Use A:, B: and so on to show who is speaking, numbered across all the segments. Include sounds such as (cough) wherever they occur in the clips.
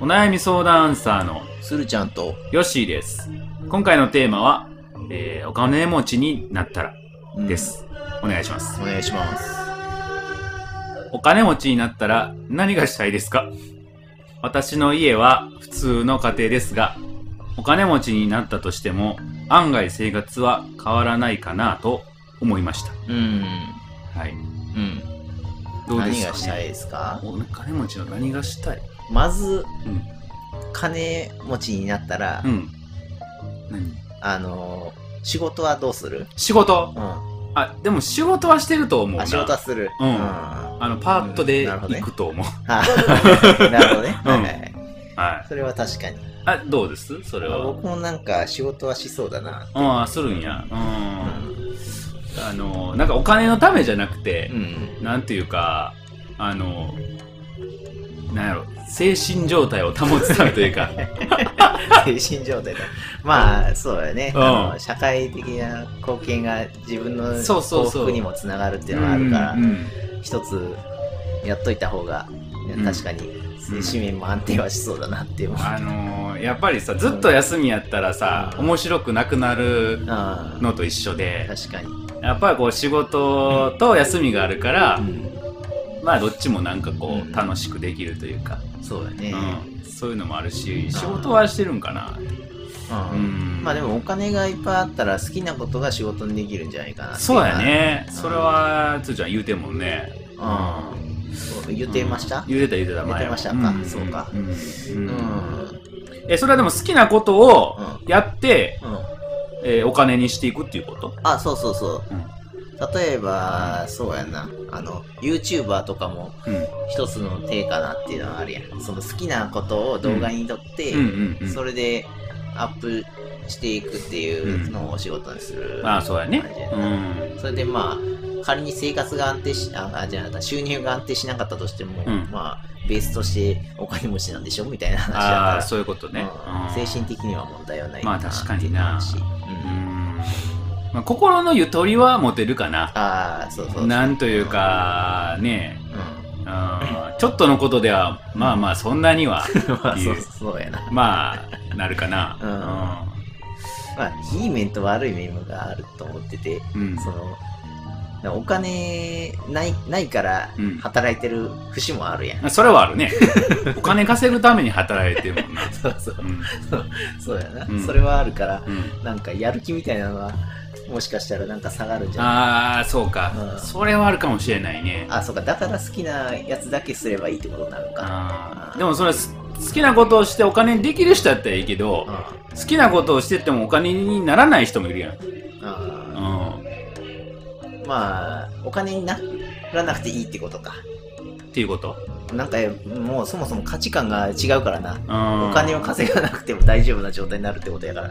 A: お悩み相談アンサーの
B: スルちゃんと、
A: ヨッシーです。今回のテーマは、えーお金持ちになったら
B: うん
A: です。お願いします
B: お。願いします。
A: お金持ちになったら何がしたいですか私の家は普通の家庭ですが、お金持ちになったとしても案外生活は変わらないかなと思いました。
B: うん。
A: はい。
B: うん。
A: どうで
B: 何
A: すか、ね、
B: がしたいですか
A: お金持ちの何がしたい
B: まず、
A: うん
B: 金持ちになったら、
A: うん。何
B: あのー、仕事はどうする
A: 仕事
B: うん。あ、
A: あ、でも仕事はしてると思うな。
B: 仕事はする。
A: うん
B: は
A: あの、パーッとで
B: うんなるほどね
A: 行くと思う。
B: い (laughs) なるほどね。
A: うん
B: はいはいはい。
A: はい。
B: それは確かに。
A: あ、どうですそれ
B: まあ
A: は。
B: 僕もなんか仕事はしそうだな。
A: ああ、するんや。うん。
B: う
A: あ
B: ん。
A: の、なんかお金のためじゃなくて
B: う、ん。
A: なんていうか、あの、なんやろ、精神状態を保つためと
B: (laughs)
A: いうか、
B: 精神状態だ。まあ、そうだね。
A: うん
B: あの社会的な貢献が自分の
A: そうそう
B: 幸
A: そう
B: 福にもつながるっていうのがあるから。
A: うんうん
B: 一つやっといた方が、いや
A: うん
B: 確かに
A: うん
B: 精神面も安定はしそうだなっていう、う
A: あの、やっぱりさ、ずっと休みやったらさ、
B: うん
A: 面白くなくなる
B: ん
A: のと一緒で、
B: 確かに、
A: やっぱりこう仕事と休みがあるから、
B: う
A: まあどっちもなんかこ
B: うん
A: う楽しくできるというか、
B: ん、そうだね、
A: うん、そういうのもあるし仕事はしてるんかな
B: う
A: うんん
B: まあでもお金がいっぱいあったら好きなことが仕事にできるんじゃないかなってい
A: そうや
B: う
A: ね
B: うん
A: それはつーちゃん言うてんもんね
B: なうんそう言ってました
A: うん言うてた言うてた前
B: 言うてましたかそうか
A: ん
B: うん、
A: う
B: うんん
A: えそれはでも好きなことをやって、えーお金にしていくっていうこと
B: あそうそうそう
A: うん
B: 例えば、そうやなあの YouTuber とかも
A: うん
B: 一つの手かなっていうのはあるやんその好きなことを動画に撮って、
A: うんうん
B: それでアップしていくっていうのをお仕事にする、
A: ああそうやねうん
B: それでまあ仮に生活が安定しああじゃなかった収入が安定しなかったとしても、
A: うん
B: まあベースとしてお金持ちなんでしょみたいな話だから
A: ああそういうことね、
B: うん
A: うん
B: 精神的には問題はない
A: まあ確かにな
B: っていう話
A: う
B: うん
A: んまあ、心のゆとりは持てるかな
B: ああそうそうそう
A: なんというかね
B: うん
A: あーちょっとのことではまあまあそんなには
B: (laughs) まあそうそうやな
A: まあなるかな
B: まあいい面と悪い面があると思ってて
A: うんうん
B: そのだからお金ないないから
A: うん
B: 働いてる節もあるやん、 (laughs)
A: まあそれはあるね (laughs) お金稼ぐために働いてるもんな
B: そうそう
A: うん
B: そうやな、
A: うん
B: それはあるから
A: うん
B: なんかやる気みたいなのはもしかしたらなんか下がるんじゃない
A: ああそうか、
B: うん
A: それはあるかもしれないね
B: あそうかだから好きなやつだけすればいいってことになるのか
A: あーでもそれす好きなことをしてお金にできる人だったらいいけど
B: あ
A: 好きなことをしててもお金にならない人もいるやん、う
B: あ
A: ん、
B: まあお金にならなくていいってことか
A: っていうこと、
B: なんかもうそもそも価値観が違うからな
A: うん、
B: お金を稼がなくても大丈夫な状態になるってことやか
A: う
B: ら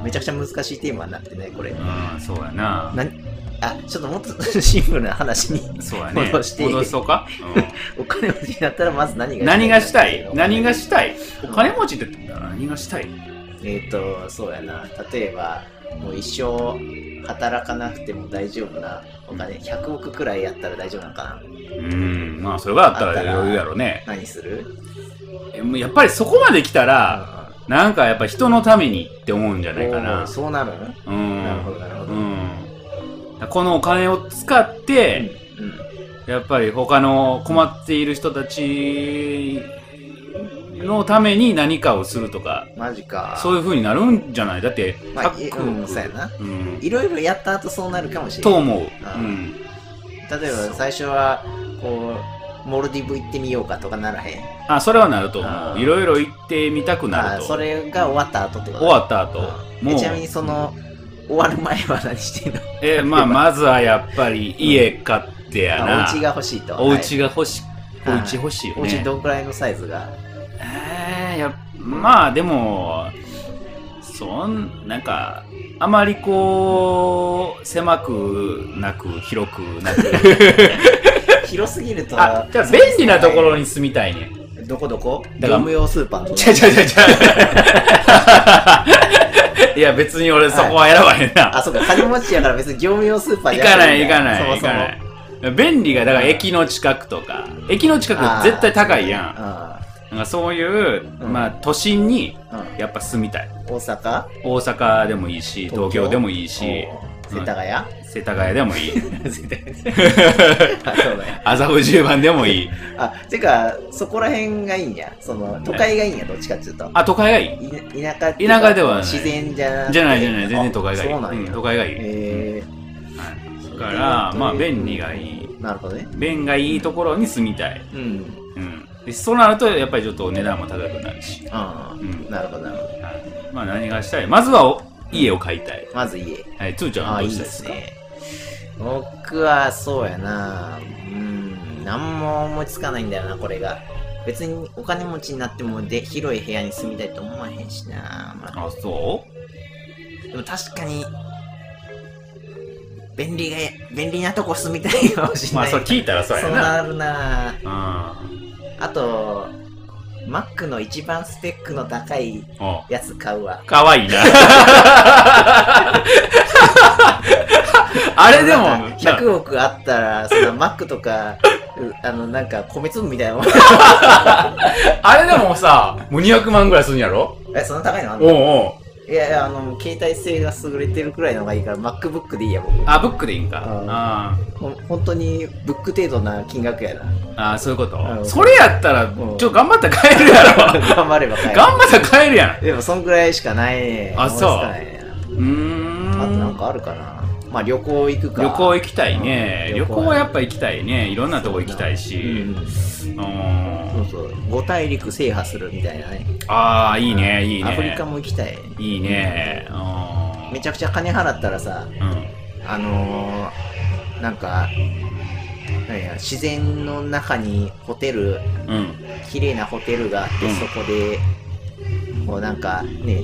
A: ん
B: めちゃくちゃ難しいテーマになってねこれ
A: うんそうやな
B: なあちょっともっと (laughs) シンプルな話に
A: そうやね
B: 戻して
A: 戻そうか、
B: (laughs)
A: うん
B: お金持ちになったらまず何が
A: 何がしたい
B: の
A: 何がしたいお金持ちって何がしたい
B: えっ、と、そうやな。例えば、もう一生働かなくても大丈夫なお金、100億くらいやったら大丈夫なのかな
A: うんまあそれがあったら余裕やろうね
B: 何する
A: えもうやっぱりそこまで来たらなんかやっぱ人のためにって思うんじゃないか
B: おー
A: な
B: そうなる
A: うん
B: なるほど、なるほど。
A: う
B: うん
A: んこのお金を使って、やっぱり他の困っている人たちのために何かをするとか
B: マジか。
A: そういう風になるんじゃないだって
B: まあ、いうん、そうやな。
A: うん
B: いろいろやった後そうなるかもしれ
A: と
B: ない。
A: 思う
B: あ
A: うん
B: 例えば、最初は、こう、モルディブ行ってみようかとかならへん。
A: あそれはなると思
B: あ
A: う
B: ー
A: いろいろ行ってみたくな
B: あ
A: ると
B: それが終わった後ってこと
A: 終わった後
B: うん
A: もう
B: えちなみに、その、終わる前は何してんの
A: えまあまずはやっぱり家買ってやな
B: あお家が欲しいと。
A: お
B: はい
A: 家が欲しいお
B: はい
A: 家欲しいよ
B: お家
A: ね
B: どんくらいのサイ
A: (laughs)
B: ズが
A: えーやまあでもそんなんかあまりこう狭くなく広くなく
B: (laughs) 広すぎると
A: あじゃあ便利なところに住みたいね
B: どこどこ
A: だから
B: 業務用スーパーの
A: ちゃちゃちゃちゃ (laughs) いや別に俺そこは選ばへんな
B: あそうか金持ちやから別に業務用スーパー
A: 行
B: じゃ
A: かない行かない
B: そも
A: 行
B: そも
A: かない便利がだから駅の近くとか駅の近く絶対高いやん、
B: あ
A: なんかそういう、
B: うん
A: まあ都心に
B: うん、
A: やっぱ住みたい。
B: 大阪
A: 大阪でもいいし、東京でもいいし、
B: お世田谷、
A: 世田谷でもいい。
B: 世田谷 (laughs) あそうだよ
A: 麻布十番でも
B: (laughs)
A: いい。
B: あてかそこら辺がいいんやその都会がいいんやどっちかっていうと
A: あ、都会がいい
B: い田舎っていうか
A: 田舎ではない
B: 自然じゃなくて
A: じゃないじゃない、全然都会がいい。
B: あそうなん
A: う
B: や、
A: ん都会がいい。
B: え
A: はいだから、まあ、便利がいい。
B: ー、なるほどね
A: 便がいいところに住みたい。
B: うん
A: うん。でそうなると、やっぱりちょっと値段も高くなるし。
B: あ
A: うん
B: あ。なるほどなるほど
A: はいまあ、何がしたいまずはお、家を買いたい。
B: まず家
A: はい、つーちゃん
B: あ
A: は
B: あ
A: ど
B: いうい
A: したい
B: で
A: です
B: す
A: か
B: ね僕はそうやなうん何も思いつかないんだよなこれが別にお金持ちになってもで広い部屋に住みたいと思わへんしな、まあ
A: あ、そ
B: でも確かに便利が便利なとこ住みたいかもし
A: う
B: れ
A: ま
B: な
A: あ、
B: い、
A: それ聞いたらそう
B: そ
A: や
B: う
A: な。
B: なる
A: う
B: な
A: ん。あ
B: あと Mac の一番スペックの高いやつ買うわ
A: かわいいな。あれでも、
B: なんか
A: な
B: 100億あったらその
A: (laughs)
B: Mac とかうあのなんか米粒みたいなもん
A: あれでもさ、もう200万ぐらいするんやろ
B: えそんな高いのあん
A: おう
B: の
A: おう。
B: いやいやあの携帯性が優れてるくらいのがいいから MacBook でいいや
A: あ、ブックでいいんか。
B: うん
A: あ
B: 僕ほん本当にブック程度な金
A: (laughs)
B: 額やな
A: ーあー、そういうこと。
B: うん
A: それやったら、
B: ん
A: ちょ、頑張ったら買える
B: (laughs)
A: やろ。
B: 頑張れば買える
A: 頑張ったら買えるやん。う
B: でもそんぐらいしかないね
A: あ
B: 思いつかないね
A: ーん。
B: あとなんかあるかなまあ旅行行くか
A: 旅行行きたいね、
B: うん
A: 旅行はやっぱ行きたいねいろんなとこ行きたいし
B: うん
A: うん
B: そうそう五大陸制覇するみたいなね
A: ああいいねいいね
B: アフリカも行きたい
A: いいねうん
B: めちゃくちゃ金払ったらさ
A: うん
B: あのー、なんかなんや自然の中にホテル
A: うん
B: 綺麗なホテルがあって、
A: うん
B: そこでこうなんかね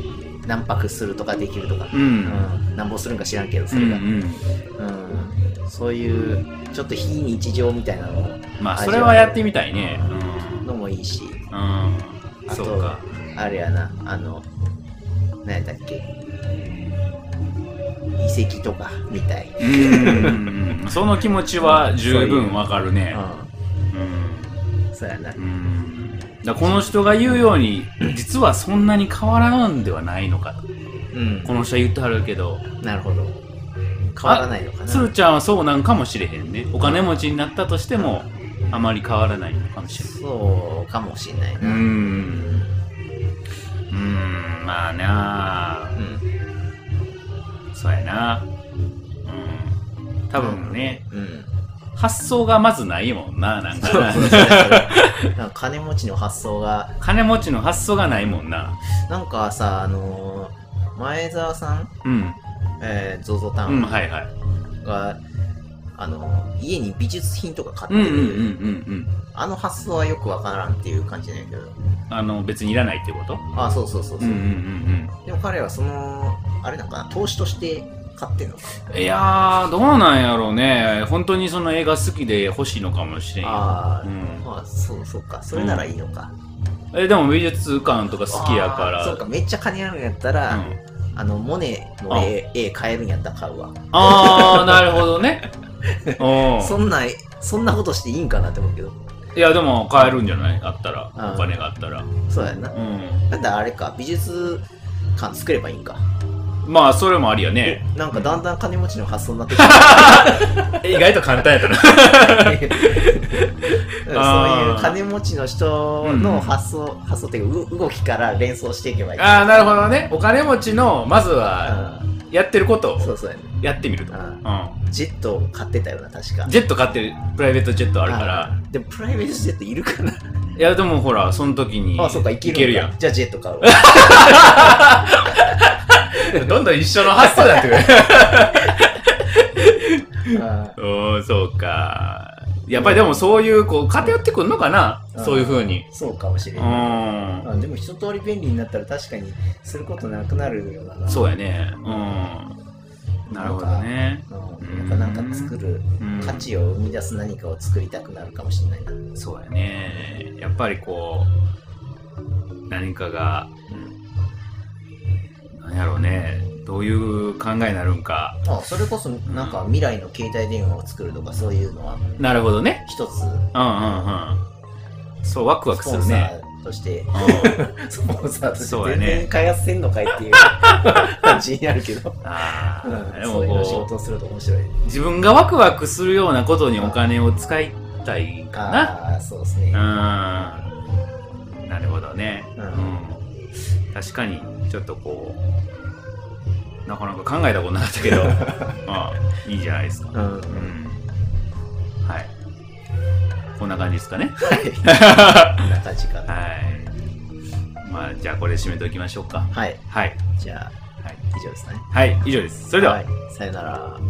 B: 何泊するとかできるとか、
A: うん
B: うんなんぼするんか知らんけど
A: う
B: それ
A: ん
B: が、
A: うん
B: うんそういうちょっと非日常みたいなのも
A: まあそれはやってみたいね
B: のもいいし
A: うん、うん、
B: あ
A: そう
B: と
A: か
B: あれやなあの何やったっけ遺跡とかみたい、
A: うんその気持ちは十分わかるね
B: うん、そうやな
A: うん、うん、だからこの人が言うように実はそんなに変わらんではないのか
B: うん
A: この人は言ってはるけど
B: なるほど変わらないのか
A: つ
B: な
A: ーちゃんはそうなんかもしれへんねお金持ちになったとしてもあまり変わらないのかもしれない
B: そうかもしれないな、
A: んうーんまあな
B: うん
A: あそうやなうん多分ね (laughs)
B: うん
A: 発想がまずないもんななんかな
B: なんか金持ちの発想が
A: 金持ちの発想がないもんな
B: なんかさあのー前澤さん、
A: うん
B: えー、ゾゾタ
A: うん
B: ン
A: はいはい
B: が、あのー家に美術品とか買
A: うんう
B: っ
A: ん
B: て
A: うん
B: る、
A: うん
B: あの発想はよくわからんっていう感じなんやけど
A: うんあの別にいらないってこと
B: あそうそうそうそう、
A: ん
B: でも彼はそのあれなんかな投資として買ってんのか
A: いやーどうなんやろうね本当にその映画好きで欲しいのかもしれんよ
B: ああ、
A: うん
B: まあそうそうかそれならいいのか、
A: えでも美術館とか好きやから
B: あーそうかめっちゃ金あるんやったら、あのモネの絵絵買えるんやったら買うわ
A: うんあーなるほど (laughs) ね
B: そ
A: うん
B: なそんなことしていいんかなって思うけど
A: んいやでも買えるんじゃないあったら
B: うん
A: お金があったらう
B: そうやな、
A: ん
B: なんだあれか美術館作ればいいんか、
A: まあそれもありやね
B: なんかだんだん金持ちの発想になって
A: (laughs)
B: きた
A: 意外と簡単やったな
B: うんそういう金持ちの人の発想、発想っていうかう動きから連想していけばいい
A: ああなるほどねお金持ちのまずは
B: うん
A: やってること
B: そ
A: を
B: うそうやね
A: やってみると、う
B: うん
A: ん、
B: ジェットを買ってたよな確か
A: ジェット買ってるプライベートジェットあるか
B: あ
A: ら
B: ーでもプライベートジェットいるかな
A: いやでもほらその時に
B: あそうかいけるんか
A: やん
B: じゃあジェット買うわ
A: どんどん一緒の発想だってくる (laughs)
B: うん (laughs)
A: おーそうかやっぱりでもそういうこう偏ってくんのかな、
B: うん
A: そういうふうに
B: そうかもしれ
A: う
B: ない
A: ん、
B: あでも一通り便利になったら確かにすることなくなるようなな
A: そうやねうんなるほどね
B: うんなんかなんか作る
A: うん
B: 価値を生み出す何かを作りたくなるかもしれないな、うん
A: そうやねやっぱりこう何かが何やろうねどういう考えになるんか
B: まあ、それこそなんか未来の携帯電話を作るとかそういうのは
A: なるほどね
B: 一つ
A: うんうんうんそうワクワクす
B: スポン
A: る
B: サ
A: ね
B: ーとして、 (laughs)
C: スポンサーとして
A: そうや
B: 全
A: ね
B: 然開発せんのかいっ
A: (laughs)
B: ていう感じになるけど、
A: あ
C: うん
A: ーで
C: そういうの仕
A: もこ
C: 事をすると面白い。
A: う自分がワクワクするようなことにお金を使いたいか
C: ああ、そうですね。
A: なうんなるほどね、
C: うん
A: うん確かにちょっとこうなかなか考えたことなかっ
C: (laughs)
A: たけどまあいいじゃないですか
B: うん
A: うんはい。こんな感じですかね。
B: こんな感じかな。
A: はい。まあ、じゃあこれで締めておきましょうか。
B: はい、
A: はい。
B: じゃあ、
A: はい。
B: 以上ですね。
A: はい、以上です。それでは。
B: い、さよなら。